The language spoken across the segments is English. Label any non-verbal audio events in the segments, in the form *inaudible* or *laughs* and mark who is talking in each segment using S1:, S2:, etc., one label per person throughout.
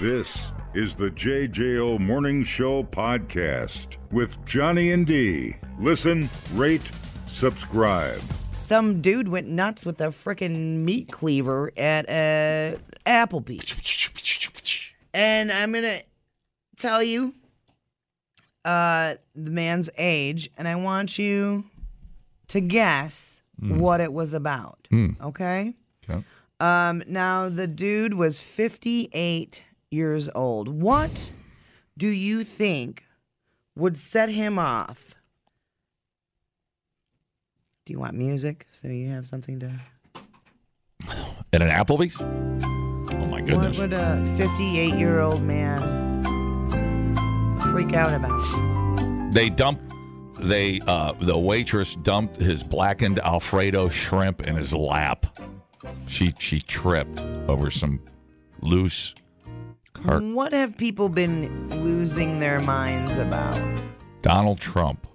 S1: This is the JJO Morning Show podcast with Johnny and D. Listen, rate, subscribe.
S2: Some dude went nuts with a frickin' meat cleaver at uh, a Applebee's. And I'm gonna tell you uh the man's age, and I want you to guess what it was about. Okay?
S3: Okay.
S2: Um, now the dude was 58 years old. What do you think would set him off? Do you want music so you have something to?
S3: At an Applebee's? Oh my
S2: What
S3: goodness.
S2: would a 58 year old man freak out about?
S3: They dumped they uh the waitress dumped his blackened Alfredo shrimp in his lap. She she tripped over some loose cart
S2: What have people been losing their minds about?
S3: Donald Trump.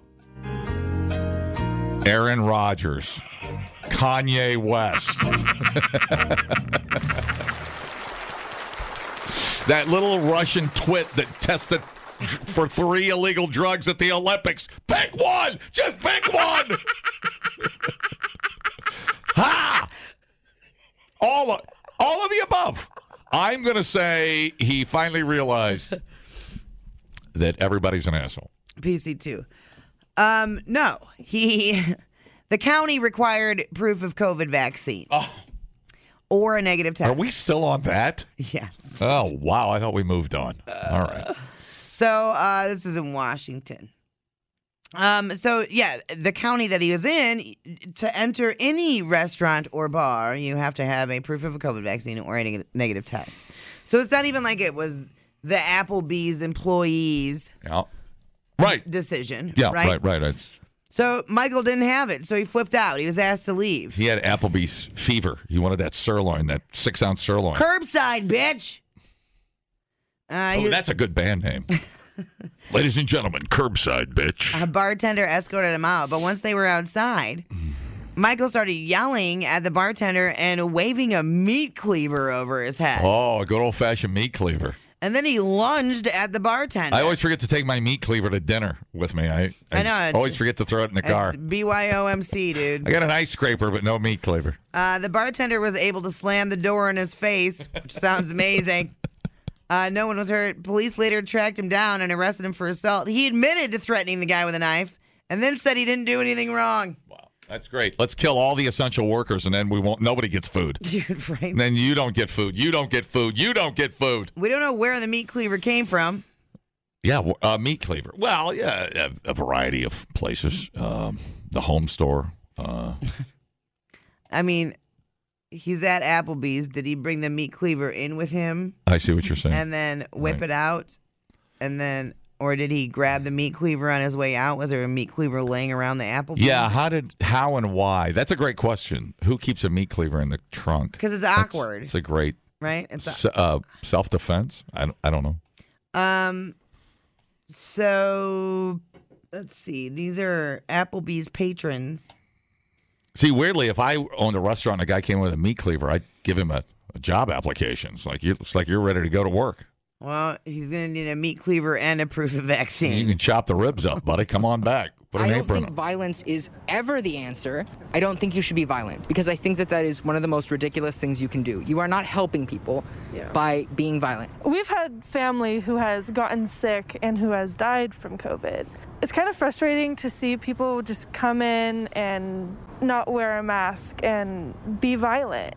S3: Aaron Rodgers. Kanye West. *laughs* that little Russian twit that tested for three illegal drugs at the Olympics. Pick one! Just pick one! *laughs* ha! All of, all of the above. I'm going to say he finally realized that everybody's an asshole.
S2: PC2. Um, no, he, *laughs* the county required proof of COVID vaccine. Or a negative test.
S3: Oh. Are we still on that?
S2: *laughs* Yes.
S3: Oh, wow. I thought we moved on. All right.
S2: So uh, this is in Washington. Um, so yeah, the county that he was in, to enter any restaurant or bar, you have to have a proof of a COVID vaccine or a neg- negative test. So it's not even like it was the Applebee's employees'
S3: Yeah. Right.
S2: decision.
S3: Yeah,
S2: right.
S3: right, right. It's-
S2: So Michael didn't have it, so he flipped out. He was asked to leave.
S3: he had Applebee's fever. He wanted that sirloin, that six ounce sirloin.
S2: Curbside, bitch. Uh, he
S3: oh,
S2: was-
S3: that's a good
S2: *laughs*
S3: band name. Ladies and gentlemen, curbside, bitch.
S2: a bartender escorted him out, but once they were outside, Michael started yelling at the bartender and waving a meat cleaver over his head.
S3: Oh, a good old fashioned meat cleaver.
S2: And then he lunged at the bartender.
S3: I always forget to take my meat cleaver to dinner with me. I, I,
S2: I know, it's-
S3: always forget to throw it in the car.
S2: It's BYOMC, dude.
S3: I got an ice scraper, but no meat cleaver.
S2: Uh, the bartender was able to slam the door in his face, which sounds
S3: *laughs*
S2: amazing. Uh, no one was hurt. Police later tracked him down and arrested him for assault. He admitted to threatening the guy with a knife and then said he didn't do anything wrong. *laughs*
S3: That's great. Let's kill all the essential workers, and then we won't. Nobody gets food.
S2: Dude, right?
S3: And then you don't get food. You don't get food. You don't get food.
S2: We don't know where the meat cleaver came from.
S3: Yeah, w- uh, meat cleaver. Well, yeah, a, a variety of places. Um, the home store. Uh,
S2: I mean, he's at Applebee's. Did he bring the meat cleaver in with him
S3: I see what you're saying.
S2: and then whip
S3: Right.
S2: it out? And then, or did he grab the meat cleaver on his way out? Was there a meat cleaver laying around the Applebee's?
S3: yeah, how did how and why? That's a great question. Who keeps a meat cleaver in the trunk?
S2: Because it's
S3: That's-
S2: awkward,
S3: It's a great
S2: right? It's
S3: s- uh, self defense. I don't, I don't know.
S2: um, so let's see. These are Applebee's patrons.
S3: See, weirdly, if I owned a restaurant and a guy came with a meat cleaver, I'd give him a, a job application. It's like you, it's like you're ready to go to work.
S2: Well, he's gonna need a meat cleaver and a proof of *laughs*
S3: You
S2: vaccine.
S3: can chop the ribs up, buddy. Come on back. Put
S4: I
S3: an
S4: don't
S3: apron.
S4: think
S3: on.
S4: violence is ever the answer. I don't think you should be violent because I think that that is one of the most ridiculous things you can do. You are not helping people by being violent.
S5: We've had family who has gotten sick and who has died from COVID. It's kind of frustrating to see people just come in and not wear a mask and be violent.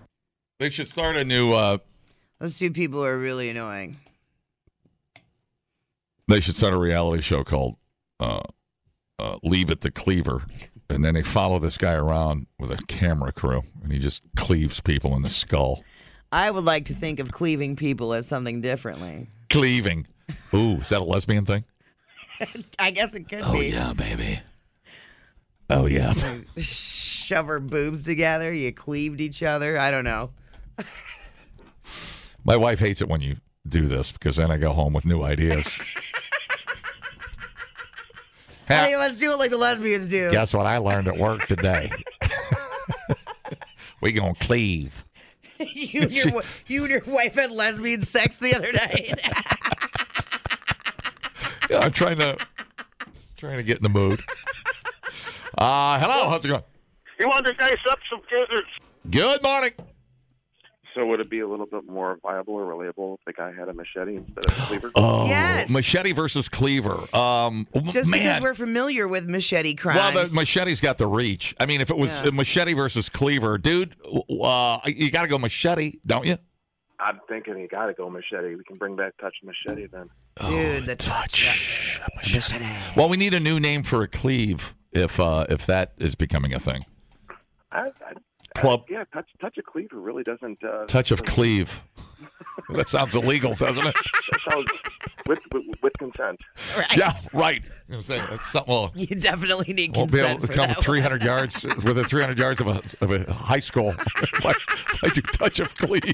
S3: They should start a new. Uh,
S2: Those two people are really annoying.
S3: They should start a reality show called uh, uh, "Leave It to Cleaver," and then they follow this guy around with a camera crew, and he just cleaves people in the skull.
S2: I would like to think of cleaving people as something differently.
S3: Cleaving. Ooh, is that a lesbian thing?
S2: I guess it could be.
S3: Oh, baby. Oh yeah.
S2: shove our boobs together. You cleaved each other. I don't know.
S3: My wife hates it when you do this because then I go home with new ideas. Ha-
S2: Hey, let's do it like the lesbians do.
S3: *laughs* Guess what I learned at work today? we gonna cleave.
S2: *laughs* you, and your, wi- you and your wife had lesbian sex the other night.
S3: Yeah, I'm trying to trying to get in
S2: *laughs*
S3: the mood. Uh, hello, how's it going?
S6: You want to dice up some gizzards?
S3: Good morning.
S6: So would it be a little bit more viable or relatable if the guy had a machete instead of a cleaver?
S3: *laughs* *gasps* Oh,
S2: *laughs* Yes.
S3: machete versus cleaver. Um,
S2: Just
S3: man.
S2: because we're familiar with machete crimes.
S3: Well, the machete's got the reach. I mean, if it was
S2: Yeah.
S3: uh, machete versus cleaver, dude, uh, you got to go machete, don't you?
S6: I'm thinking you gotta go machete. We can bring back touch machete then.
S3: Oh,
S2: Dude, the touch. Machete.
S3: Well, we need a new name for a cleave if uh, if that is becoming a thing.
S6: I, I,
S3: Club
S6: yeah, touch touch a cleaver really doesn't. Uh,
S3: touch of cleave. that sounds illegal, doesn't it?
S6: *laughs* that sounds- with, with with consent.
S2: *laughs* Right.
S3: yeah, right. I was saying, That's something. Well,
S2: *laughs* You definitely need
S3: won't be able
S2: consent
S3: to
S2: for
S3: come
S2: that. one.
S3: 300 yards within 300 yards of a, of a
S2: *laughs*
S3: high school. if, I, if I do touch of cleave,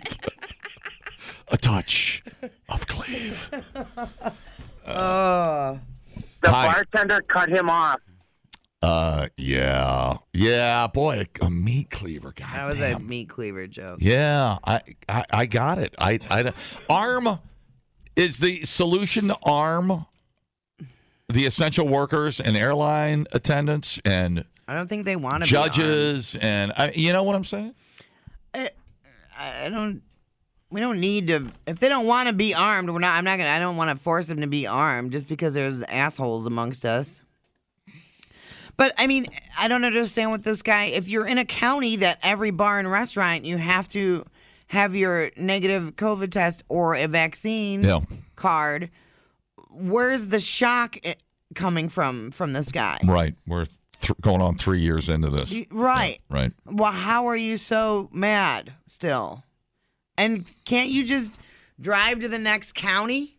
S3: a touch of cleave.
S2: Oh.
S6: The
S3: Hi.
S6: bartender cut him off.
S3: Uh, yeah, yeah, boy, a, a meat cleaver. God
S2: That was a
S3: damn.
S2: meat cleaver joke.
S3: Yeah, I, I, I got it. I, I, don't- arm is the solution to arm the essential workers and airline attendants and
S2: I don't think they want to
S3: judges and I, you know what I'm saying?
S2: I don't. We don't need to. If they don't want to be armed, we're not. I'm not gonna. I don't want to force them to be armed just because there's assholes amongst us. But I mean, I don't understand what this guy. If you're in a county that every bar and restaurant you have to have your negative COVID test or a vaccine
S3: Yeah.
S2: card, where's the shock i- coming from from this guy?
S3: Right. We're th- going on three years into this.
S2: Right.
S3: Right.
S2: Well, how are you so mad still? And can't you just drive to the next county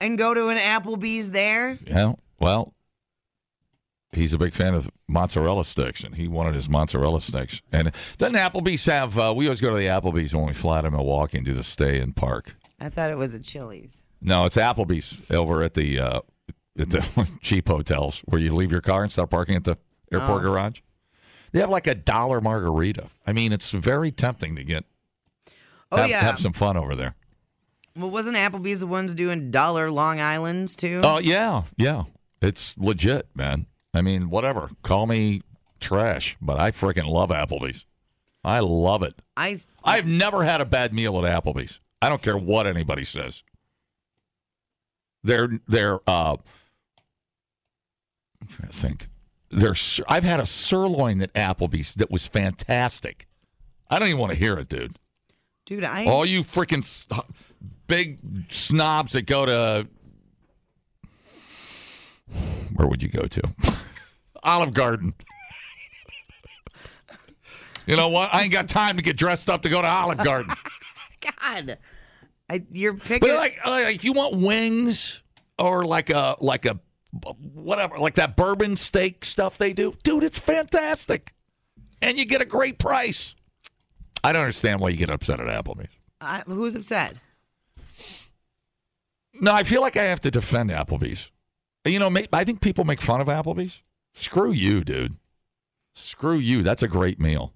S2: and go to an Applebee's there?
S3: Yeah. Well, he's a big fan of mozzarella sticks, and he wanted his mozzarella sticks. And doesn't Applebee's have? Uh, we always go to the Applebee's when we fly to Milwaukee and do the stay in park.
S2: I thought it was a Chili's.
S3: No, it's Applebee's over at the uh, at the *laughs* cheap hotels where you leave your car and start parking at the airport
S2: Oh.
S3: garage. They have like a dollar margarita. I mean, it's very tempting to get
S2: Oh
S3: have,
S2: yeah.
S3: have some fun over there.
S2: well, wasn't Applebee's the ones doing dollar Long Island's too?
S3: Oh yeah, yeah. It's legit, man. I mean, whatever. Call me trash, but I freaking love Applebee's. I love it.
S2: I s-
S3: I've never had a bad meal at Applebee's. I don't care what anybody says. They're they're uh I'm trying to think. They're sur- I've had a sirloin at Applebee's that was fantastic. I don't even want to hear it, dude.
S2: dude, I
S3: All you freaking s- big snobs that go to where would you go to? *laughs* Olive Garden. *laughs* you know what? I ain't got time to get dressed up to go to Olive Garden.
S2: God, I you're picking.
S3: But like, uh, if you want wings or like a like a whatever, like that bourbon steak stuff they do, dude, it's fantastic, and you get a great price. I don't understand why you get upset at Applebee's.
S2: I, who's upset?
S3: No, I feel like I have to defend Applebee's. You know, ma- I think people make fun of Applebee's. Screw you, dude. Screw you. That's a great meal.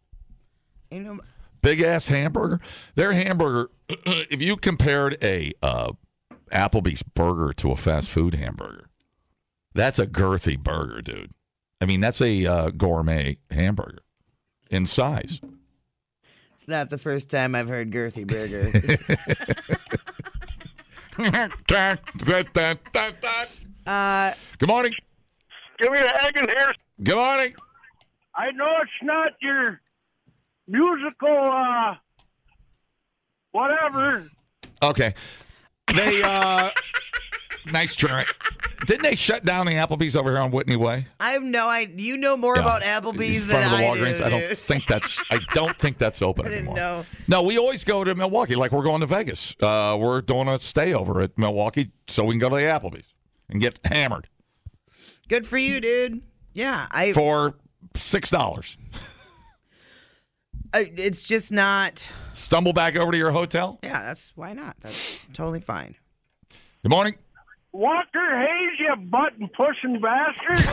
S2: You know,
S3: Big ass hamburger. Their hamburger. *clears throat* If you compared a uh, Applebee's burger to a fast food hamburger, that's a girthy burger, dude. I mean, that's a uh, gourmet hamburger in size. *laughs*
S2: it's not the first time I've heard Girthy Burger.
S3: *laughs* Good
S2: uh,
S3: morning.
S6: Give me an egg in here.
S3: Good morning.
S7: I know it's not your musical uh whatever.
S3: Okay.
S2: *laughs*
S3: They uh nice try. Didn't they shut down the Applebee's over here on Whitney Way?
S2: I have no idea. You know more
S3: Yeah.
S2: about Applebee's
S3: In
S2: than
S3: front of the
S2: I do.
S3: Walgreens. I don't
S2: dude.
S3: think that's I don't think that's open
S2: I didn't
S3: anymore.
S2: know.
S3: No, we always go to Milwaukee. Like we're going to Vegas. Uh, we're doing a stay over at Milwaukee so we can go to the Applebee's and get hammered
S2: Good for you, dude. Yeah, I.
S3: for six dollars.
S2: I it's just not.
S3: Stumble back over to your hotel.
S2: Yeah, that's why not. That's totally fine.
S3: Good morning.
S7: Walker Hayes, you button pushing bastard.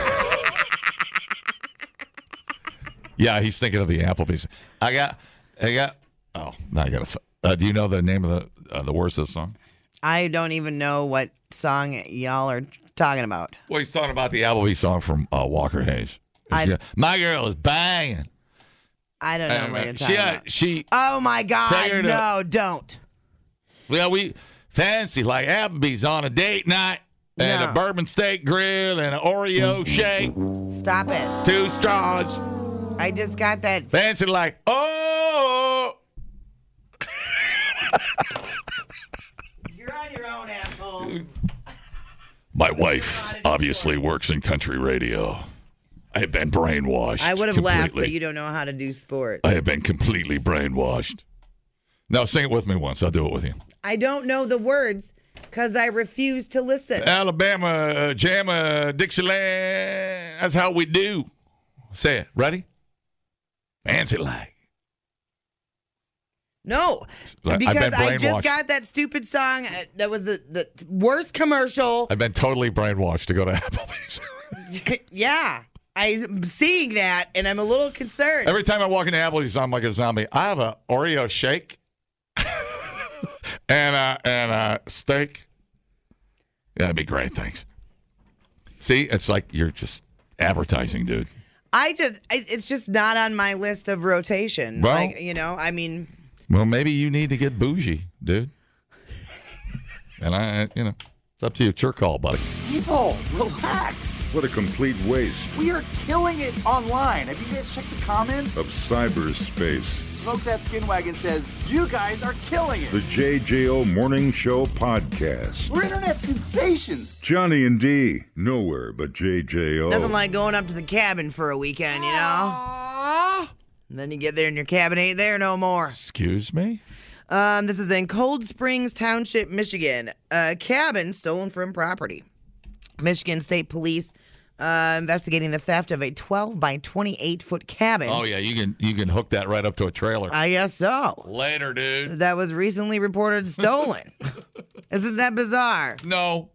S3: Yeah, he's thinking of the Applebee's. I got I got. Oh, now I got to. Th- uh, do you know the name of the uh, the words of the song?
S2: I don't even know what song y'all are talking about.
S3: Well, he's talking about the Applebee song from uh, Walker Hayes.
S2: I-
S3: She- my girl is banging.
S2: I don't know what you're talking
S3: she, uh,
S2: about.
S3: she,
S2: Oh my
S3: Take her
S2: God!
S3: to-
S2: No, don't.
S3: well, we fancy like Applebee's on a date night and
S2: No.
S3: a bourbon steak grill and an Oreo shake,
S2: Stop it.
S3: two straws.
S2: I just got that.
S3: Fancy like, oh,
S2: You're on your own, asshole.
S3: my wife obviously works in country radio. I have been brainwashed.
S2: I would have laughed, but
S3: completely.
S2: you don't know how to do sport.
S3: I have been completely brainwashed. Now sing it with me once. I'll do it with you.
S2: I don't know the words because I refuse to listen.
S3: Alabama, uh, Jamma, Dixieland. That's how we do. Say it. Ready? Fancy like.
S2: No,
S3: I've been
S2: because I
S3: brainwashed.
S2: just got that stupid song uh, that was the, the worst commercial.
S3: I've been totally brainwashed to *laughs* go to Applebee's.
S2: *laughs* yeah, I'm seeing that and I'm a little concerned.
S3: Every time I walk into Applebee's, I'm like a zombie. I have a Oreo shake *laughs* and a, and a steak. Yeah, that'd be great. Thanks. See, it's like you're just advertising, dude.
S2: I just, I, it's just not on my list of rotation.
S3: Well-
S2: like, you know, I mean,
S3: Well, maybe you need to get bougie, dude. *laughs* and I, you know, it's up to you. It's your call, buddy.
S8: People, relax.
S1: What a complete waste
S8: We are killing it online. Have you guys checked the comments?
S1: of cyberspace.
S8: Smoke That Skin Wagon says, You guys are killing it.
S1: The JJO Morning Show Podcast.
S8: We're internet sensations.
S1: Johnny and D, nowhere but JJO.
S3: Oh.
S2: nothing like going up to the cabin for a weekend, you know? And then you get there and your cabin ain't there no more.
S3: Excuse me?
S2: Um, this is in Cold Springs Township, Michigan. A cabin stolen from property. Michigan State Police uh, investigating the theft of a 12 by 28 foot cabin.
S3: Oh yeah, you can you can hook that right up to a trailer.
S2: I guess so.
S3: Later, dude.
S2: That was recently reported stolen. Isn't that bizarre?
S3: No.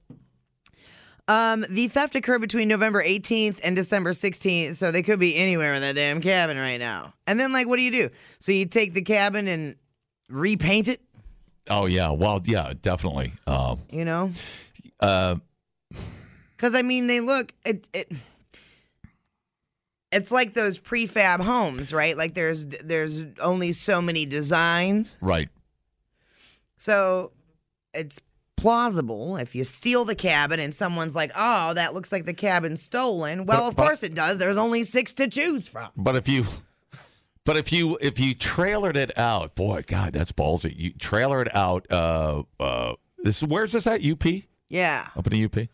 S2: Um, the theft occurred between November 18th and December 16th, so they could be anywhere in that damn cabin right now. And then, like, what do you do? So you take the cabin and repaint it,
S3: Oh yeah. Well, yeah, definitely. Um
S2: you know?
S3: uh,
S2: Because I mean, they look it. it it's like those prefab homes, right? Like there's there's only so many designs,
S3: right.
S2: so it's plausible if you steal the cabin and someone's like, "Oh, that looks like the cabin stolen." Well,
S3: But-
S2: of
S3: but-
S2: course it does. There's only six to choose from.
S3: But if you but if you if you trailered it out, boy, God, that's ballsy. You trailer it out. Uh, uh, this where's this at? UP
S2: Yeah,
S3: up in the UP.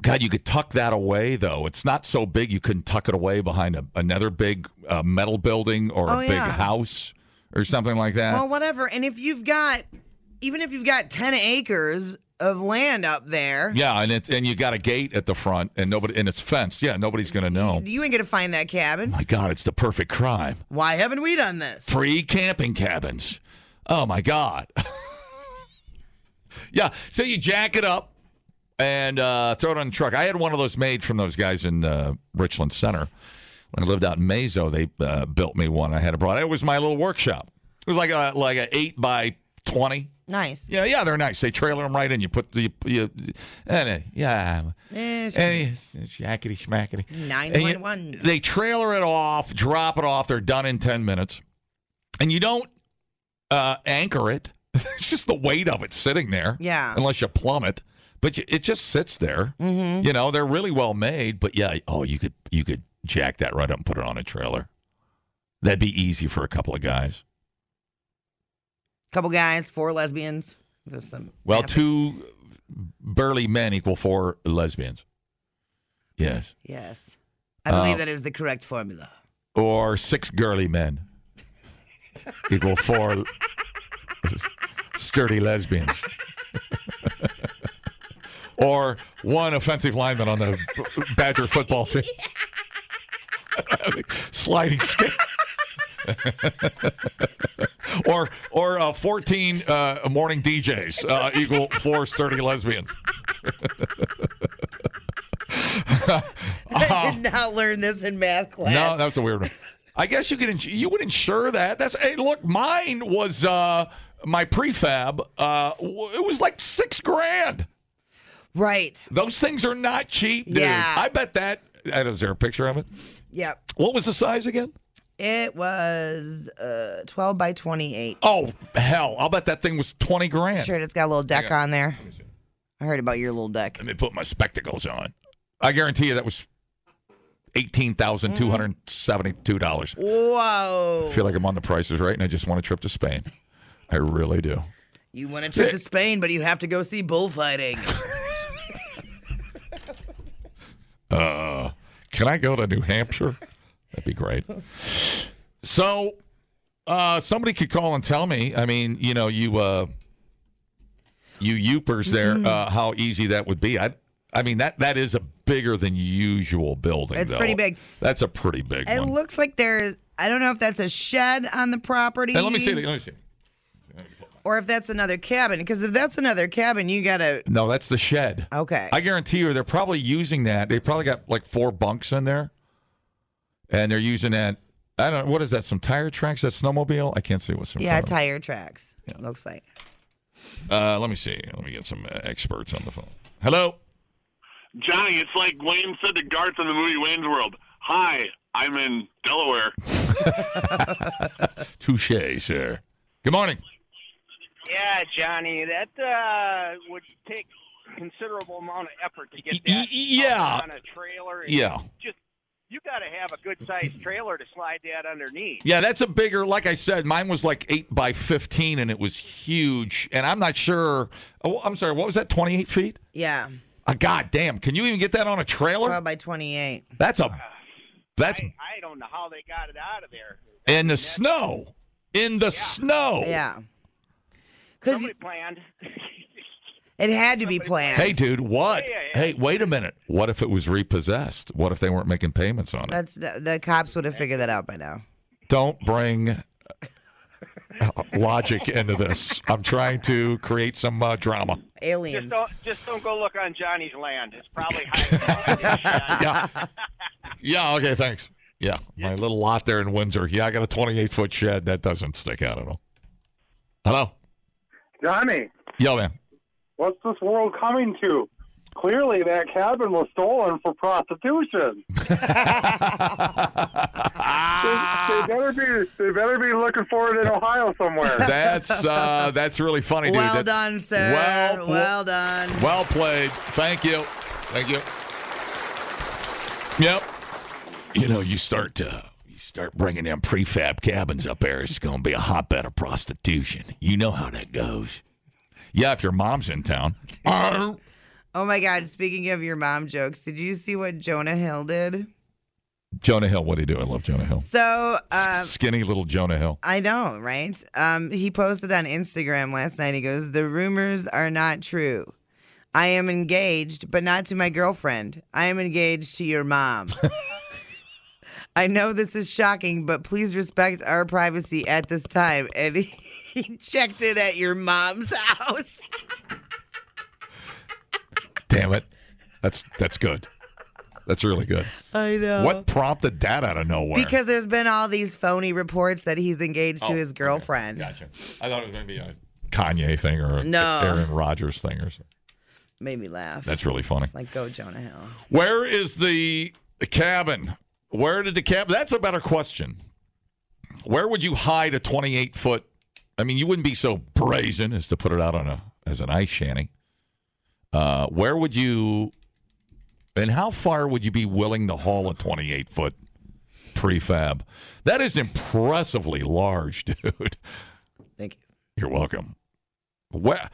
S3: God, you could tuck that away though. It's not so big you couldn't tuck it away behind a, another big uh, metal building or
S2: Oh,
S3: a big
S2: yeah.
S3: house or something like that.
S2: well, whatever. And if you've got, even if you've got ten acres of land up there,
S3: Yeah, and it's and you got a gate at the front, and nobody and it's fenced. Yeah, nobody's gonna know.
S2: you ain't gonna find that cabin.
S3: My God, it's the perfect crime.
S2: Why haven't we done this?
S3: Free camping cabins. Oh my God. *laughs* yeah, so you jack it up and uh, throw it on the truck. I had one of those made from those guys in uh, Richland Center when I lived out in Mazo. They uh, built me one. I had it brought. It was my little workshop. It was like a like a eight by twenty.
S2: Nice.
S3: Yeah, yeah, they're nice. They trailer them right in. You put the you, you and uh, yeah.
S2: Eh, sure.
S3: Any jackety schmackety.
S2: Nine
S3: And you-
S2: one one.
S3: They trailer it off, drop it off. They're done in ten minutes, and you don't uh, anchor it. *laughs* it's just the weight of it sitting there.
S2: Yeah.
S3: Unless you plummet, but you, it just sits there. Mm-hmm. You know they're really well made, but yeah. Oh, you could you could jack that right up and put it on a trailer. That'd be easy for a couple of guys.
S2: Couple guys, four lesbians. Just them.
S3: Well, two burly men equal four lesbians. Yes.
S2: Yes. I believe
S3: Oh.
S2: that is the correct formula.
S3: or six girly men equal four sturdy lesbians. *laughs* or one offensive lineman on the Badger football team. *laughs* Sliding scale. *laughs* or or uh, 14 uh, morning DJs uh, equal four sturdy lesbians.
S2: I *laughs* did not learn this in math class. *laughs*
S3: Oh. No, that was a weird one. I guess you could ins- you would insure that. That's hey, look, mine was uh, my prefab. Uh, w- it was like six grand.
S2: Right.
S3: Those things are not cheap, dude.
S2: Yeah.
S3: I bet that. uh, Is there a picture of it?
S2: Yep.
S3: What was the size again?
S2: It was uh, 12 by 28.
S3: Oh hell! I'll bet that thing was twenty grand.
S2: Sure, it's got a little deck
S3: got-
S2: on there.
S3: Let me see.
S2: I heard about your little deck.
S3: Let me put my spectacles on. I guarantee you that was eighteen thousand two hundred seventy-two dollars.
S2: Mm. Whoa.
S3: I feel like I'm on the prices right, and I just want a trip to Spain. I really do.
S2: You want a trip to Spain, but you have to go see
S3: *laughs*
S2: bullfighting.
S3: Uh, can I go to New Hampshire? That'd be great. So, uh, somebody could call and tell me. I mean, you know, you uh, you youpers there,
S2: Mm-hmm.
S3: uh, how easy that would be. I, I mean that that is a bigger than usual building.
S2: It's
S3: though.
S2: pretty big.
S3: That's a pretty big
S2: it
S3: one.
S2: looks like there's, I don't know if that's a shed on the property.
S3: Hey, let me see. Let me see.
S2: Or if that's another cabin. Because if that's another cabin, you got to,
S3: No, that's the shed.
S2: okay.
S3: I guarantee you, they're probably using that. They probably got like four bunks in there, and they're using that. I don't. What is that? Some tire tracks? That snowmobile? I can't see what's in
S2: yeah,
S3: front of it.
S2: tire tracks, looks like.
S3: Uh, let me see. Let me get some uh, experts on the phone. Hello.
S7: Johnny, it's like Wayne said to Garth in the movie Wayne's World. Hi, I'm in Delaware.
S3: Touche, sir. Good morning.
S9: Yeah, Johnny, that uh, would take considerable amount of effort to
S3: Y-
S9: get
S3: y-
S9: that
S3: yeah.
S9: on a trailer. and
S3: Yeah.
S9: just you got to have a good sized trailer to slide that underneath.
S3: Yeah, that's a bigger. Like I said, mine was like eight by fifteen, and it was huge. And I'm not sure. Oh, I'm sorry. What was that? Twenty eight feet?
S2: Yeah,
S3: Uh, God damn! Can you even get that on a
S2: 12
S3: trailer?
S2: by 28.
S3: That's a. That's
S9: Uh, I, I don't know how they got it out of there.
S3: in the snow. In the snow.
S2: Yeah. Because
S9: Somebody planned.
S2: it had to be planned.
S3: Hey, dude, what?
S9: Yeah, yeah, yeah.
S3: Hey, wait a minute. What if it was repossessed? What if they weren't making payments on it?
S2: That's the, the cops would have figured that out by now.
S3: Don't bring uh, logic into this. I'm trying to create some uh, drama.
S9: *laughs* just
S2: Aliens.
S9: don't just don't go look on Johnny's land. It's
S3: *laughs*
S9: probably high.
S3: Yeah. Yeah, okay, thanks. Yeah, my little lot there in Windsor. Yeah, I got a 28 foot shed. That doesn't stick out at all. Hello?
S7: Johnny,
S3: Yo, man.
S7: what's this world coming to? Clearly, that cabin was stolen for prostitution. They better be. They better be looking for it in Ohio somewhere.
S3: That's uh, that's really funny, dude.
S2: Well
S3: That's-
S2: done, sir.
S3: Well,
S2: well done.
S3: Well played. Thank you. Thank you. Yep. You know, you start uh, you start bringing them prefab cabins up there. It's going to be a hotbed of prostitution. You know how that goes. Yeah, if your mom's in town.
S2: Oh my God! Speaking of your mom jokes, did you see what Jonah Hill did?
S3: Jonah Hill, what do you do? I love Jonah Hill.
S2: So
S3: S-
S2: um,
S3: Skinny little Jonah Hill.
S2: I know, right? Um, he posted on Instagram last night. He goes, "The rumors are not true. I am engaged, but not to my girlfriend. I am engaged to your
S3: *laughs*
S2: mom." I know this is shocking, but please respect our privacy at this time. And *laughs* he, he checked it at your mom's *laughs* house.
S3: Damn it. That's that's good. That's really good.
S2: I know.
S3: What prompted that out of nowhere?
S2: Oh. Because there's been all these phony reports that he's engaged to
S3: Oh,
S2: his
S3: okay.
S2: girlfriend.
S3: Gotcha. I thought it was going to be a Kanye thing or a
S2: No.
S3: Aaron Rodgers thing or something.
S2: Made me laugh.
S3: That's really funny.
S2: It's like go Jonah Hill.
S3: Where is the cabin? Where did the cabin? That's a better question. Where would you hide a 28 foot? I mean, you wouldn't be so brazen as to put it out on a as an ice shanty. Uh, where would you? And how far would you be willing to haul a 28 foot prefab? That is impressively large, *laughs* dude.
S2: Thank you.
S3: You're welcome. Where?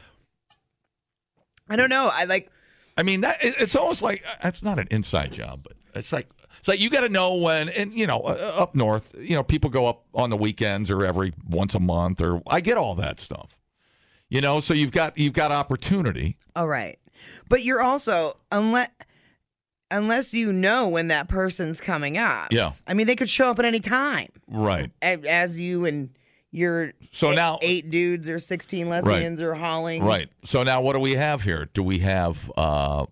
S2: I don't know. I like
S3: I mean, that it- it's almost like uh, that's not an inside job, but it's like it's like you got to know when, and you know, uh, up north, you know, people go up on the weekends or every once a month, or I get all that stuff, you know. So you've got you've got opportunity.
S2: all right. But you're also unless unless you know when that person's coming up.
S3: Yeah.
S2: I mean they could show up at any time.
S3: Right.
S2: a- As you and your
S3: So
S2: eight,
S3: now-
S2: eight dudes or sixteen lesbians are hauling.
S3: Right. So now, what do we have here? Do we have uh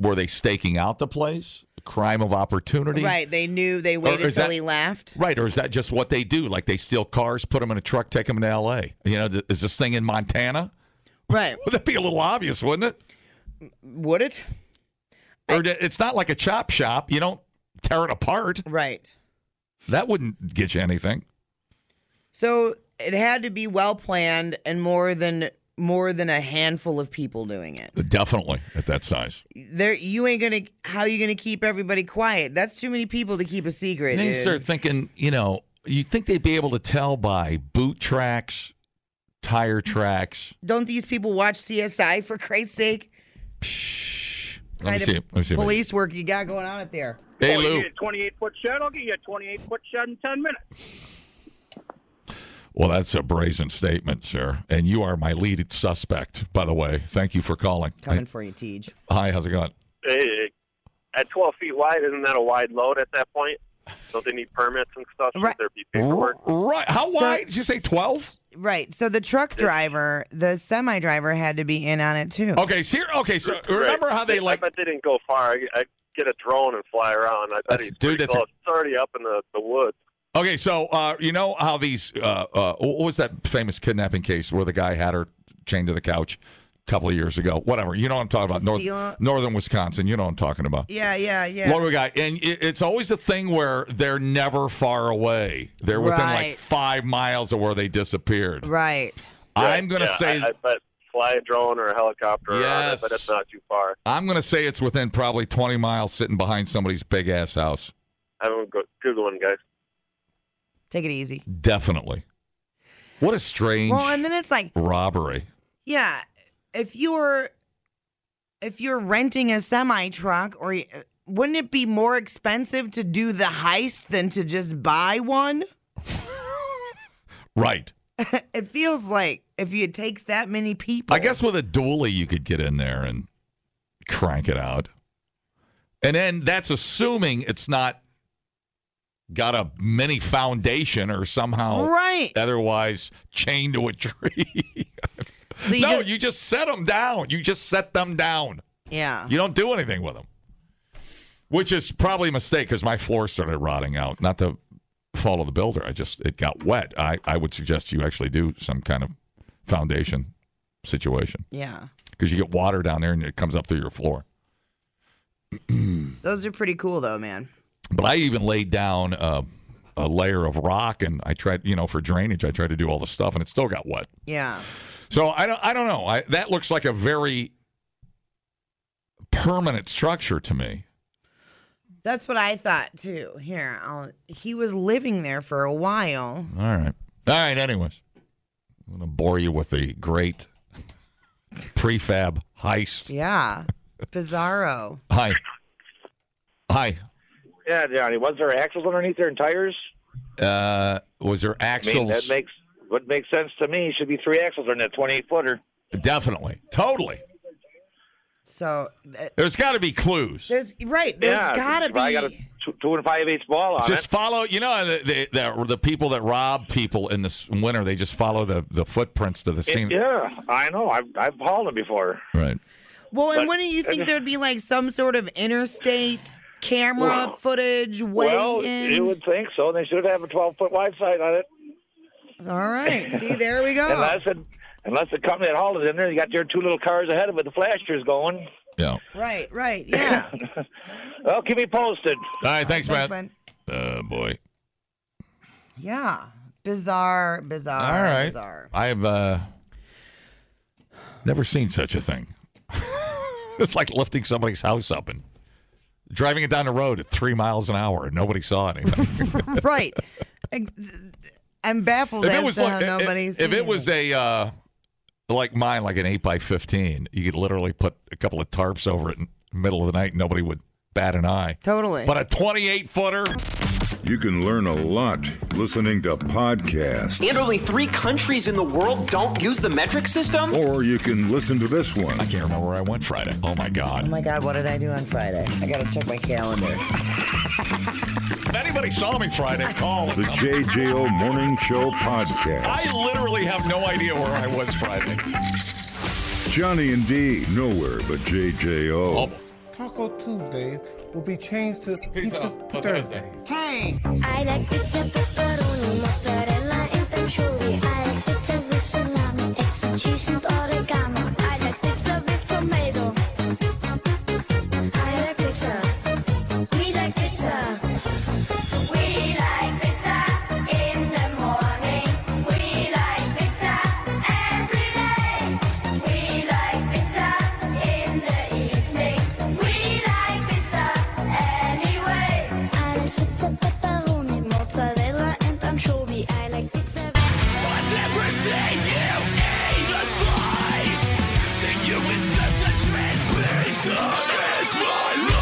S3: were they staking out the place? crime of opportunity?
S2: Right. They knew they waited
S3: is
S2: till
S3: that-
S2: he laughed.
S3: Right, or is that just what they do? Like they steal cars, put them in a truck, take them to L.A. You know, th- is this thing in Montana?
S2: Right.
S3: Would that be a little obvious, wouldn't it?
S2: Would it?
S3: Or d- it's not like a chop shop. You don't tear it apart.
S2: Right.
S3: That wouldn't get you anything.
S2: So it had to be well planned and more than more than a handful of people doing it.
S3: Definitely at that size.
S2: There, you ain't gonna. How you gonna keep everybody quiet? That's too many people to keep a secret.
S3: And then you
S2: dude.
S3: start thinking, you know, you think they'd be able to tell by boot tracks, tire tracks.
S2: Don't these people watch CSI for Christ's sake?
S3: Let me
S2: Kind of
S3: see. Let me see. if I-
S2: Police work you got going on up there.
S3: *laughs* Hey,
S9: Oh, you
S3: Lou.
S9: need a 28 foot shot? I'll give you a 28 foot shot in 10 minutes.
S3: Well, that's a brazen statement, sir. And you are my lead suspect, by the way. Thank you for calling.
S2: Coming for you, Tej.
S3: Hi, how's it going?
S7: Hey, at 12 feet wide, isn't that a wide load at that point? Don't they need permits and stuff? Should
S2: Right.
S7: there be paperwork?
S3: Right. How
S2: So-
S3: wide? Did you say 12?
S2: Right. So the truck driver, the semi driver, had to be in on it too.
S3: Okay, so here, okay, so remember how they
S7: I
S3: like.
S7: bet they didn't go far. I, I get a drone and fly around. I bet
S3: That's-
S7: he's
S3: dude,
S7: pretty
S3: that's a-
S7: close. it's already up in the, the woods.
S3: Okay, so uh, you know how these, uh, uh, what was that famous kidnapping case where the guy had her chained to the couch a couple of years ago? Whatever. You know what I'm talking about.
S2: Steal-
S3: North, northern Wisconsin. You know what I'm talking about.
S2: Yeah, yeah, yeah.
S3: What do we got? And it, it's always a thing where they're never far away. They're within like
S2: Right.
S3: five miles of where they disappeared.
S2: Right.
S3: I'm gonna
S7: Yeah,
S3: say
S7: I, I bet fly a drone or a helicopter. Around it,
S3: Yes.
S7: but it's not too far.
S3: I'm gonna say it's within probably 20 miles, sitting behind somebody's big ass house.
S7: I'm go- googling, guys.
S2: Take it easy.
S3: Definitely. What a strange
S2: Well, and then it's like,
S3: robbery.
S2: yeah, if you're if you're renting a semi truck, or y- wouldn't it be more expensive to do the heist than to just buy one?
S3: Right.
S2: It feels like if you- it takes that many people.
S3: I guess with a dually, you could get in there and crank it out. And then that's assuming it's not got a mini foundation or somehow
S2: Right.
S3: otherwise chained to a tree. *laughs*
S2: So you
S3: no,
S2: just-
S3: you just set them down. You just set them down.
S2: yeah.
S3: You don't do anything with them, which is probably a mistake because my floor started rotting out. Not the fault of the builder. I just it got wet. I I would suggest you actually do some kind of foundation situation
S2: yeah.
S3: because you get water down there and it comes up through your floor.
S2: Those are pretty cool though, man.
S3: But I even laid down a, a layer of rock and I tried, you know, for drainage. I tried to do all the stuff and it still got wet.
S2: Yeah.
S3: So I don't, I don't know. I, that looks like a very permanent structure to me.
S2: That's what I thought too. Here, I'll, he was living there for a while.
S3: All right. All right. Anyways, I'm going to bore you with the great *laughs* prefab heist.
S2: Yeah. Bizarro.
S3: Hi. Hi.
S9: Yeah, Johnny. Was there axles underneath there and tires?
S3: Uh, was there
S9: I mean,
S3: axles?
S9: that makes what makes sense to me. Should be three axles on that 28 footer.
S3: Definitely. Totally.
S2: So th-
S3: There's got to be clues.
S2: there's right. There's
S9: yeah,
S2: gotta
S9: if I got a
S2: be.
S9: two, two and five eighths ball on
S3: just
S9: it.
S3: follow you know the, the, the, the people that rob people in this winter they just follow the, the footprints to the scene
S9: Yeah, I know. I've I've hauled them before.
S3: right
S2: Well, and wouldn't you think there'd be like some sort of interstate camera
S9: Well-
S2: footage way
S9: well,
S2: in?
S9: you would think so. They should have a 12 foot wide sight on it.
S2: All
S9: *laughs*
S2: right. See, there we go.
S9: Unless it, unless the company that hauled it in there, you got your two little cars ahead of it, the flashers going.
S3: yeah all
S2: right. Right.
S9: *laughs*
S2: Yeah.
S9: Well, keep me posted.
S3: right thanks
S2: Thanks,
S3: man
S2: bud.
S3: oh boy
S2: Yeah. Bizarre. Bizarre.
S3: all right
S2: Bizarre.
S3: i've uh never seen such a thing *laughs* it's like lifting somebody's house up and driving it down the road at three miles an hour and nobody saw anything
S2: right. Ex- I'm baffled
S3: if
S2: as
S3: it was
S2: to
S3: like
S2: how
S3: if-
S2: nobody's.
S3: if it
S2: seen
S3: was a uh, like mine, like an eight by fifteen, you could literally put a couple of tarps over it in the middle of the night, and nobody would bat an eye.
S2: totally.
S3: But a twenty-eight footer,
S1: You can learn a lot listening to podcasts,
S10: And only three countries in the world don't use the metric system?
S1: or you can listen to this one.
S3: I can't remember where I went Friday. Oh my
S2: Oh
S3: god!
S2: my God, what did I do on Friday? I gotta check my calendar.
S3: If anybody saw me Friday, call.
S1: The JJO Morning Show podcast.
S3: I literally have no idea where I was Friday.
S1: Johnny and D, nowhere but JJO.
S3: Oh,
S11: Taco Tuesdays will be changed to
S2: *laughs*
S11: Pizza Thursday.
S12: Hey! I like pizza, pepperoni, mozzarella, and patchouli. I like pizza with salami, extra cheese, and oregano. I like pizza with tomato. I like pizza. We like pizza. We like pizza in the morning. We like pizza every day. We like pizza in the evening. We like pizza anyway. I like pizza pepperoni, mozzarella, and anchovy. I like pizza. What's everything you eat a slice? To you it's just a trend. Pizza is my life.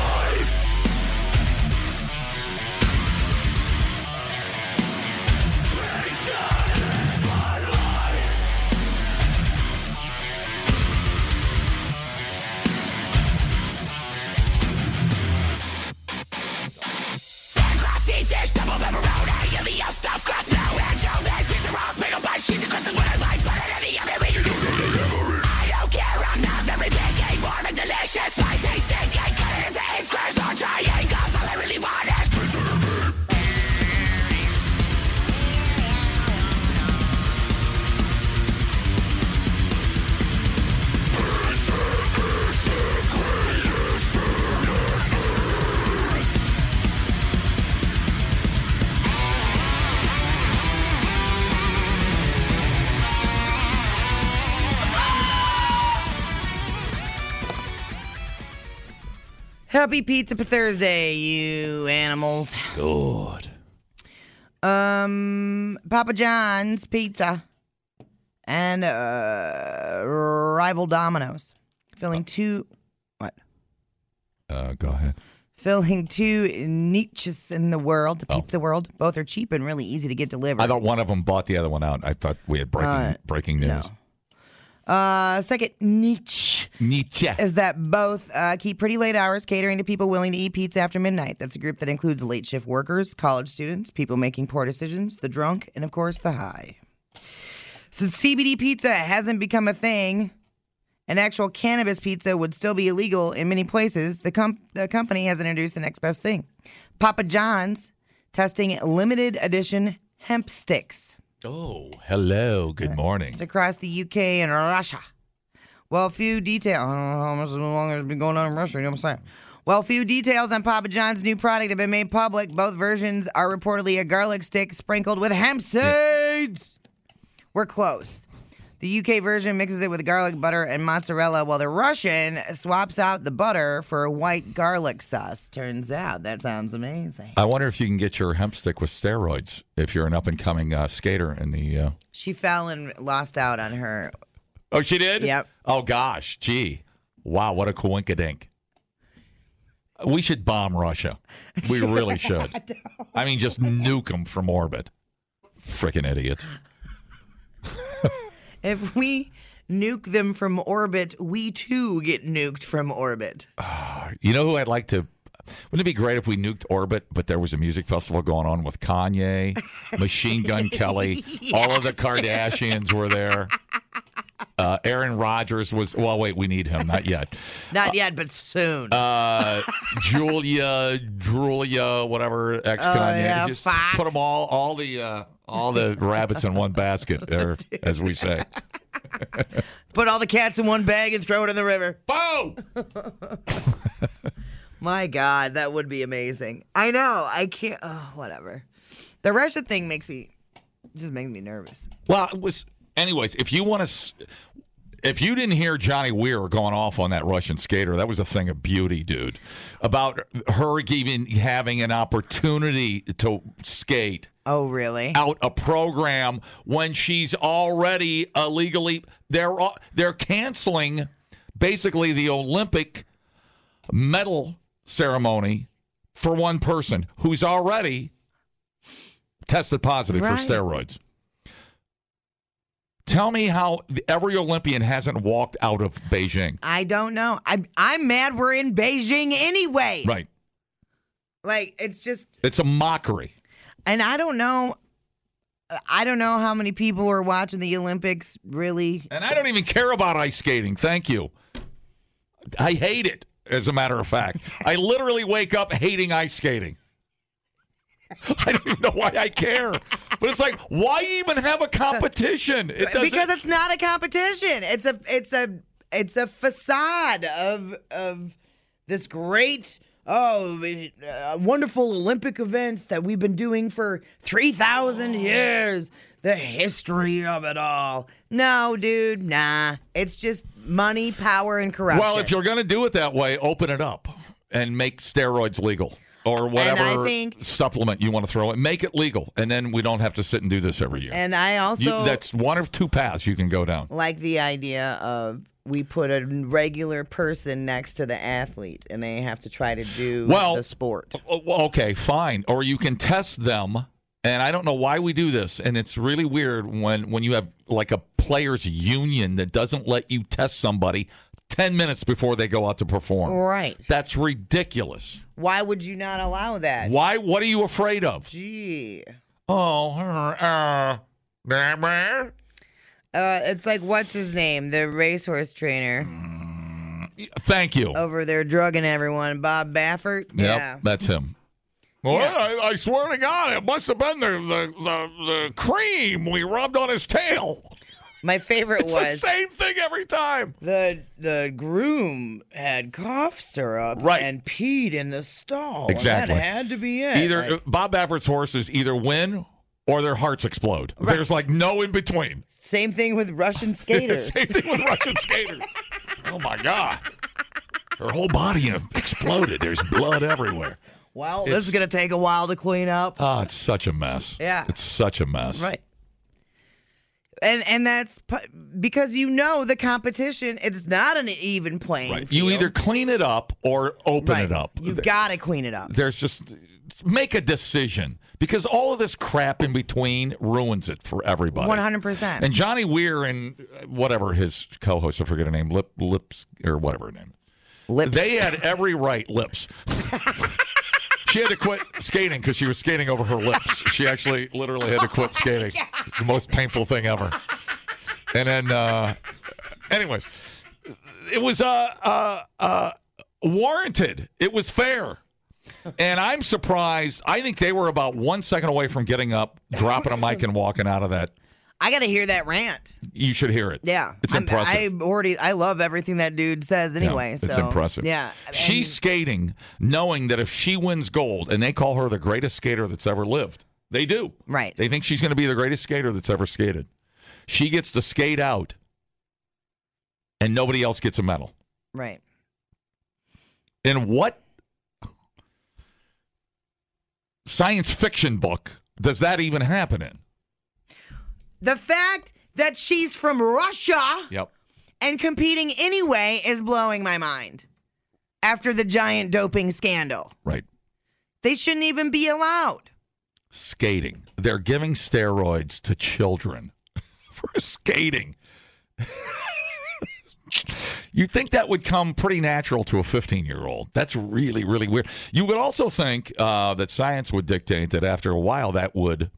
S12: Delicious, spicy, stinky, cut it into eight squares or triangles. All I really want is pizza and meat.
S2: Happy Pizza for Thursday, you animals.
S3: Good.
S2: Um, Papa John's Pizza and uh, rival Domino's
S3: Oh.
S2: filling two
S3: Uh, go ahead.
S2: filling two niches in the world, the pizza world. Both are cheap and really easy to get delivered.
S3: Oh. I thought one of them bought the other one out. I thought we had breaking
S2: Uh,
S3: breaking news.
S2: Uh, second niche
S3: Nietzsche.
S2: is that both uh, keep pretty late hours catering to people willing to eat pizza after midnight. That's a group that includes late shift workers, college students, people making poor decisions, the drunk, and of course the high. Since CBD pizza hasn't become a thing, an actual cannabis pizza would still be illegal in many places. The, com- the company has introduced the next best thing Papa John's testing limited edition hemp sticks.
S3: Oh, hello. Good morning.
S2: It's across the UK and Russia. Well, few details. I don't know how much longer it's been going on in Russia. You know what I'm saying? Well, few details on Papa John's new product have been made public. Both versions are reportedly a garlic stick sprinkled with hemp seeds. We're close. The UK version mixes it with garlic butter and mozzarella, while the Russian swaps out the butter for white garlic sauce. Turns out that sounds amazing.
S3: I wonder if you can get your hemp stick with steroids if you're an up and coming uh, skater in the. Uh...
S2: She fell and lost out on her
S3: Oh, she did? Yep. Oh, gosh. Gee. Wow. What a coinkadink. We should bomb Russia. We really should. *laughs* I mean, just nuke them from orbit. Freaking idiots.
S2: If we nuke them from orbit, we too get nuked from orbit.
S3: You know who I'd like to? Wouldn't it be great if we nuked orbit, but there was a music festival going on
S2: *laughs*
S3: with Kanye, Machine Gun Kelly, all of the Kardashians were there. Uh, Aaron Rodgers was. Well, wait, we need him. Not yet.
S2: Not yet, but soon.
S3: Uh, Julia, Julia, whatever ex Kanye.
S2: Oh, yeah,
S3: Just put them all, all the, uh, all the rabbits in one basket, or as
S2: *laughs*
S3: we say.
S2: Put all the cats in one bag and throw it in the river.
S3: Boom!
S2: My God, that would be amazing. I know. I can't. Oh, whatever. The Russia thing makes me just makes me nervous.
S3: Well, it was. Anyways, if you want to, if you didn't hear Johnny Weir going off on that Russian skater, that was a thing of beauty, dude. About her even having an opportunity to skate.
S2: Oh, really?
S3: Out a program when she's already illegally. They're all- they're canceling basically the Olympic medal ceremony for one person who's already tested positive
S13: Right.
S3: for steroids. Tell me how every Olympian hasn't walked out of Beijing.
S2: I don't know. I I'm mad we're in Beijing anyway.
S3: Right.
S2: Like it's just
S3: It's a mockery.
S2: And I don't know. I don't know how many people were watching the Olympics really.
S3: And I don't even care about ice skating. Thank you. I hate it. as a matter of fact. I literally wake up hating ice skating. I don't even know why I care. But it's like, why even have a competition? It doesn't.
S2: because it's not a competition. It's a it's a it's a facade of of this great oh uh, wonderful Olympic events that we've been doing for three thousand years. The history of it all. No, dude, nah. It's just money, power, and corruption.
S3: well, if you're going to do it that way, open it up and make steroids legal or whatever
S2: think-
S3: supplement you want to throw in. Make it legal, and then we don't have to sit and do this every year.
S2: and I also
S3: You- that's one of two paths you can go down.
S2: like the idea of we put a regular person next to the athlete and they have to try to do
S3: Well,
S2: the sport.
S3: O- o- Oh, Okay, fine. Or you can test them, and I don't know why we do this. And it's really weird when when you have like a players' union that doesn't let you test somebody ten minutes before they go out to perform.
S2: Right.
S3: That's ridiculous.
S2: Why would you not allow that?
S3: Why? What are you afraid of?
S2: Gee.
S3: Oh, uh, uh,
S2: Uh, it's like what's his name, the racehorse
S3: Mm-hmm.
S2: trainer
S3: *laughs* Thank you.
S2: over there drugging everyone, Bob Baffert.
S3: Yep, that's him. Well, I, I swear to God, it must have been the, the, the, the cream we rubbed on his tail.
S2: My favorite
S3: *laughs* It's the
S2: was
S3: same thing every time.
S2: The the groom had cough syrup and peed in the stall.
S3: Exactly.
S2: And that had to be it.
S3: Either
S2: Like-
S3: Bob Baffert's horses either win or their hearts explode. There's like no
S2: *laughs*
S3: in between.
S2: Same thing with Russian skaters.
S3: *laughs* Same thing with Russian skaters. Oh my God. Her whole body *laughs* exploded. There's blood everywhere.
S2: Well,
S3: It's-
S2: this is going to take a while to clean up.
S3: Oh, it's such a mess.
S2: Yeah.
S3: It's such a mess.
S2: Right. And and that's pu- because you know the competition. It's not an even playing.
S3: Right. You either clean it up or open it up.
S2: You got to clean it up.
S3: There's just make a decision because all of this crap in between ruins it for everybody.
S2: One hundred percent.
S3: And Johnny Weir and uh, whatever his co-host, I forget her name, Lip Lips or whatever her name.
S2: Lips.
S3: They had every right. Lips. she had to quit skating because she was skating over her lips. She actually literally had to quit skating. The most painful thing ever. And then, uh, anyways, it was uh, uh, uh, warranted. It was fair. And I'm surprised. I think they were about one second away from getting up, dropping a mic, and walking out of that
S2: I got to hear that rant.
S3: you should hear it.
S2: Yeah,
S3: It's
S2: I'm-
S3: impressive.
S2: I already I love everything that dude says
S3: Yeah,
S2: anyway.
S3: it's
S2: so,
S3: impressive.
S2: Yeah,
S3: She's skating knowing that if she wins gold, and they call her the greatest skater that's ever lived, they do.
S2: Right.
S3: They think she's going to be the greatest skater that's ever skated. She gets to skate out, and nobody else gets a medal.
S2: right.
S3: In what science fiction book does that even happen in?
S2: The fact that she's from Russia
S3: Yep.
S2: and competing anyway is blowing my mind. After the giant doping scandal,
S3: Right.
S2: they shouldn't even be allowed.
S3: skating. They're giving steroids to children *laughs* for skating. *laughs* you think that would come pretty natural to a 15 year old. That's really, really weird. You would also think uh, that science would dictate that after a while that would,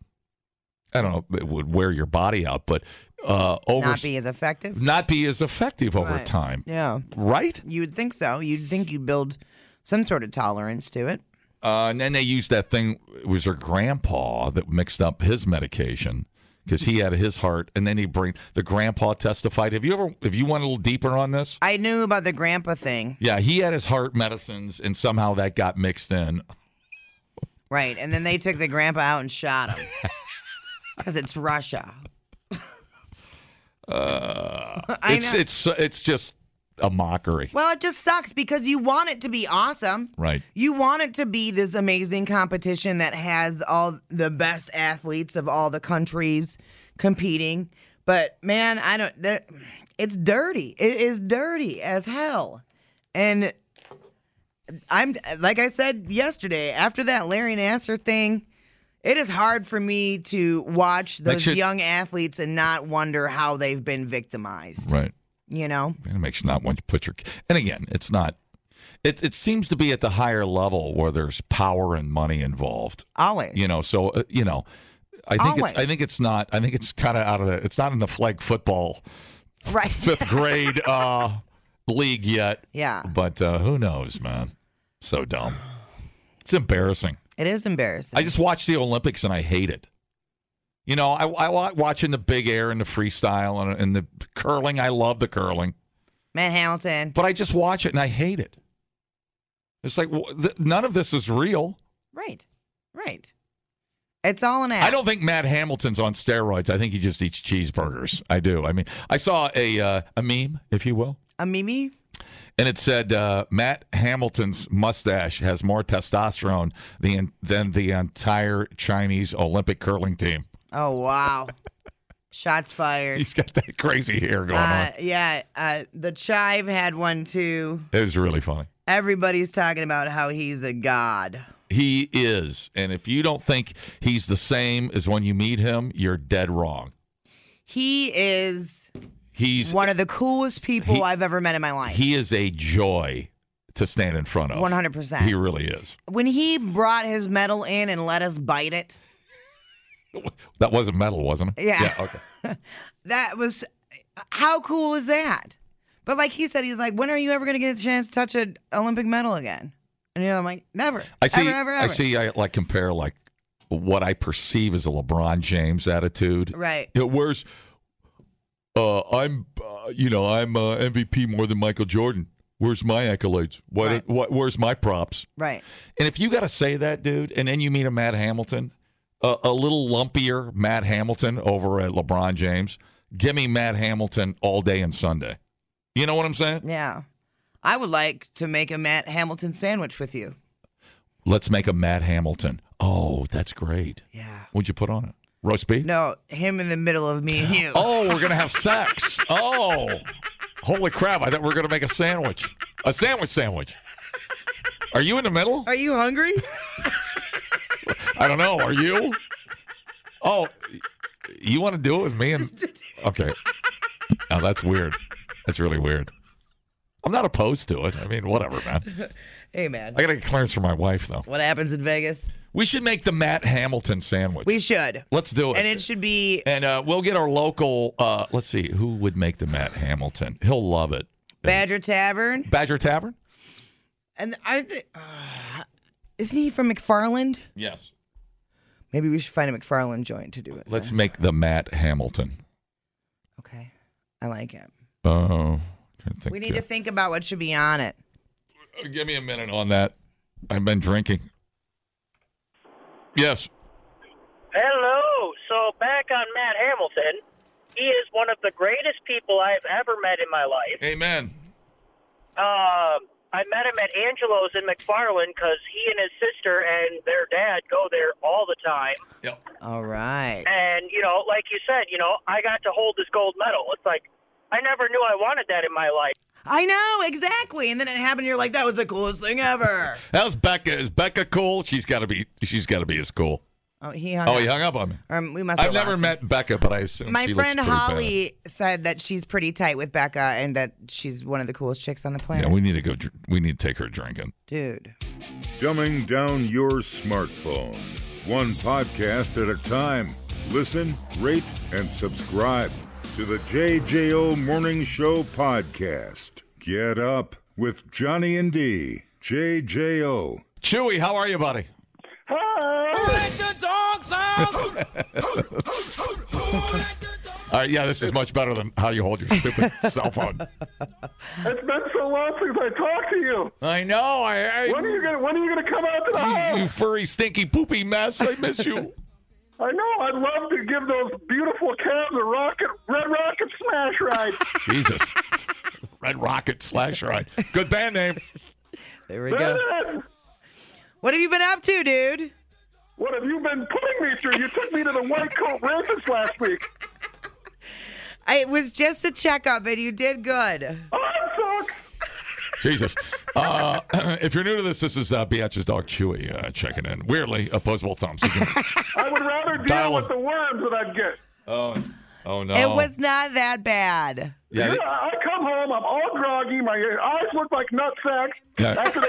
S3: I don't know, it would wear your body out, but uh, over,
S2: Not be as effective.
S3: not be as effective over
S2: Right.
S3: time.
S2: Yeah.
S3: Right?
S2: You would think so. You'd think you'd build some sort of tolerance to it.
S3: Uh, and then they used that thing. It was her grandpa that mixed up his medication because he had his heart, and then he bring the grandpa testified. Have you ever? If you went a little deeper on this,
S2: I knew about the grandpa thing,
S3: yeah, he had his heart medicines, and somehow that got mixed in.
S2: right? And then they took the grandpa out and shot him because it's Russia.
S3: Uh,
S2: I
S3: it's
S2: know.
S3: it's it's just a mockery,
S2: Well, it just sucks because you want it to be awesome.
S3: right?
S2: You want it to be this amazing competition that has all the best athletes of all the countries competing. But man, I don't. That, it's dirty. It is dirty as hell. And I'm like I said yesterday. After that Larry Nasser thing, it is hard for me to watch
S3: That
S2: those
S3: should-
S2: young athletes and not wonder how they've been victimized.
S3: Right.
S2: You know.
S3: It makes not want to put your. And again, it's not. It it seems to be at the higher level where there's power and money involved.
S2: Always.
S3: You know. So uh, you know, I think
S2: Always.
S3: it's. I think it's not. I think it's kind of out of the. It's not in the flag football.
S2: Right. *laughs*
S3: Fifth grade uh, league yet.
S2: Yeah.
S3: But uh, who knows, man? So dumb. It's embarrassing.
S2: It is embarrassing.
S3: I just watch the Olympics and I hate it. You know, I, I wa- watching the big air and the freestyle and, and the curling. I love the curling,
S2: Matt Hamilton.
S3: but I just watch it and I hate it. It's like wh- th- none of this is real.
S2: Right. Right. It's all an act.
S3: I don't think Matt Hamilton's on steroids. I think he just eats cheeseburgers. I do. I mean, I saw a uh, a meme, if you will,
S2: A Mimi?
S3: and it said uh, Matt Hamilton's mustache has more testosterone than than the entire Chinese Olympic curling team. *laughs*
S2: Oh, wow. Shots fired.
S3: He's got that crazy hair going on.
S2: Uh, yeah. Uh, the Chive had one too.
S3: It was really funny.
S2: Everybody's talking about how he's a god.
S3: He is, and if you don't think he's the same as when you meet him, you're dead wrong.
S2: He is
S3: He's
S2: one of the coolest people
S3: he-
S2: I've ever met in my life.
S3: he is a joy to stand in front of.
S2: 100%.
S3: He really is.
S2: when he brought his medal in and let us bite it,
S3: That wasn't metal, wasn't it?
S2: Yeah. *laughs*
S3: Yeah. Okay.
S2: that was how cool is that? But like he said, he's like, when are you ever going to get a chance to touch an Olympic medal again? And you know, I'm like, never.
S3: I see.
S2: Ever, ever,
S3: I
S2: ever.
S3: see. I like compare like what I perceive as a LeBron James attitude.
S2: Right.
S3: You know, where's uh, I'm, uh, you know, I'm uh, MVP more than Michael Jordan. Where's my accolades? What? what where's my props?
S2: Right.
S3: And if you got to say that, dude, and then you meet a Matt Hamilton, a a little lumpier Matt Hamilton over at LeBron James, give me Matt Hamilton all day and Sunday. You know what I'm saying?
S2: Yeah. I would like to make a Matt Hamilton sandwich with you.
S3: Let's make a Matt Hamilton. Oh, that's great.
S2: Yeah.
S3: What'd you put on it? Roast beef?
S2: No, him in the middle of me and you.
S3: Oh, we're gonna have sex. Oh, holy crap! I thought we were gonna make a sandwich, a sandwich sandwich. Are you in the middle?
S2: Are you hungry? *laughs*
S3: I don't know. Are you? Oh, you want to do it with me and? Okay. Now that's weird. That's really weird. I'm not opposed to it. I mean, whatever, man.
S2: hey, man.
S3: I gotta get clearance from my wife though.
S2: What happens in Vegas?
S3: We should make the Matt Hamilton sandwich.
S2: We should.
S3: Let's do it.
S2: And it should be
S3: And uh, we'll get our local. Uh, let's see who would make the Matt Hamilton. He'll love it.
S2: Badger Tavern.
S3: Badger Tavern.
S2: And I thi- uh, isn't he from McFarland?
S3: Yes.
S2: Maybe we should find a McFarland joint to do it.
S3: Let's make the Matt Hamilton.
S2: Okay. I like it.
S3: Oh, trying to think
S2: we need
S3: here.
S2: to think about what should be on it.
S3: Uh, Give me a minute on that. I've been drinking. Yes.
S13: Hello. So back on Matt Hamilton, he is one of the greatest people I've ever met in my life.
S3: Amen.
S13: Um, I met him at Angelo's in McFarland because he and his sister and their dad go there all the time.
S2: All right.
S13: And you know, like you said, you know, I got to hold this gold medal. It's like I never knew I wanted that in my life.
S2: I know, exactly. And then it happened, you're like, that was the coolest thing ever.
S3: How's Becca? Is Becca cool? She's got to be. She's got to be as cool.
S2: oh, he hung
S3: Oh,
S2: up.
S3: he hung up on me.
S2: Um, we must
S3: I've
S2: have
S3: never
S2: lost
S3: met Becca, but I assume
S2: My
S3: she looks
S2: friend
S3: pretty bad.
S2: Holly said that she's pretty tight with Becca and that she's one of the coolest chicks on the planet.
S3: Yeah, we need to go. dr- We need to take her drinking.
S2: Dude.
S1: Dumbing down your smartphone. One podcast at a time. Listen, rate, and subscribe to the JJO Morning Show podcast. Get up with Johnny and D. JJO.
S3: Chewy, how are you, buddy?
S10: *laughs* *laughs*
S3: All right, yeah, this is much better than how you hold your stupid *laughs* cell phone.
S11: It's been so long since I talked to you.
S3: I know. I, I
S11: When are you gonna When are you gonna come out to the
S3: you, you
S11: house?
S3: furry, stinky, poopy mess. I miss you.
S11: I know. I'd love to give those beautiful calves a rocket, red rocket
S3: *laughs*
S11: smash ride.
S3: Jesus. Red Rocket Slash Ride. Good band name.
S2: There we go. What have you been up to, dude?
S11: what have you been putting me through? You took me to the white coat races last week.
S2: I- It was just a checkup and you did good.
S11: Oh,
S3: Jesus. Uh, *clears throat* if you're new to this, this is uh, Biatch's dog Chewy uh, checking in. Weirdly, opposable thumbs. You can-
S11: I would rather deal
S3: Dial
S11: with
S3: him.
S11: the worms that I'd get.
S3: *laughs* Oh, Oh no.
S2: It was not that bad.
S3: Yeah,
S11: Yeah, I come home, I'm all groggy, my eyes look like nutsacks
S3: Yeah.
S11: after they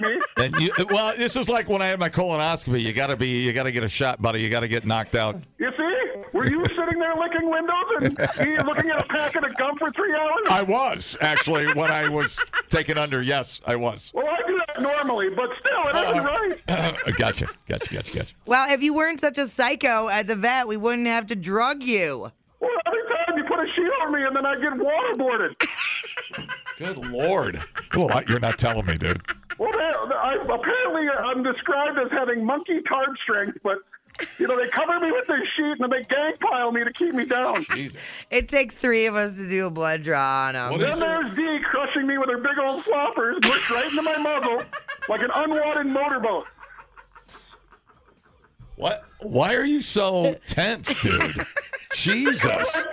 S3: *laughs*
S11: me.
S3: And you, well, this is like when I had my colonoscopy. You gotta be, you gotta get a shot, buddy. You gotta get knocked out.
S11: You see? Were you sitting there licking windows and me looking at a packet of gum for three hours?
S3: I was actually when I was taken under. Yes, I was. *clears throat*
S11: Well, I do that normally, but still, it isn't right.
S3: uh, gotcha, gotcha, gotcha, gotcha.
S2: Well, if you weren't such a psycho at the vet, we wouldn't have to drug you.
S11: Well, every time you put a sheet on me and then I get waterboarded.
S3: Good lord. Well, I- you're not telling me, dude.
S11: Well, they, I, apparently uh, I'm described as having monkey card strength, but you know they cover me with this sheet and then they gang pile me to keep me down.
S3: Jesus.
S2: It takes three of us to do a blood draw on him.
S11: then there's D crushing me with her big old floppers, looked right into my muzzle like an unwanted motorboat.
S3: What? Why are you so tense, dude? Jesus.
S11: Slap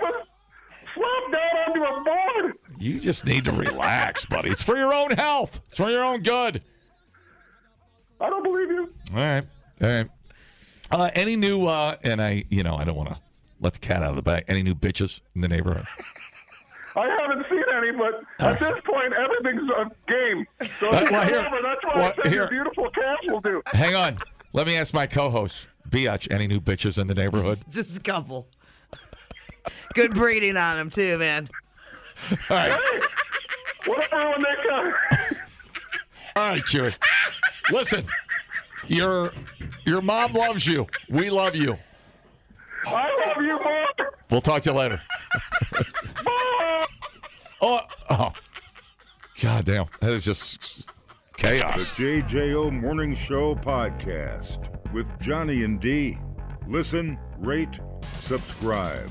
S11: down onto a board.
S3: You just need to relax, buddy. It's for your own health. It's for your own good.
S11: I don't believe you.
S3: All right. All right. Uh, any new uh and I you know, I don't wanna let the cat out of the bag. Any new bitches in the neighborhood?
S11: I haven't seen any, but at this point, everything's a game. So
S3: Well,
S11: it's
S3: well, here-
S11: over. that's what
S3: well,
S11: I said
S3: here-
S11: your beautiful cat will do.
S3: Hang on. Let me ask my co host, Biatch, any new bitches in the neighborhood?
S2: Just a couple. Good breeding on him too, man.
S3: All right.
S11: Whatever when they come.
S3: All right, Chewy. Listen, your your mom loves you. We love you.
S11: *laughs* I love you more.
S3: We'll talk to you later. oh, oh, god damn! That is just chaos.
S1: The JJO Morning Show podcast with Johnny and D. Listen, rate, subscribe.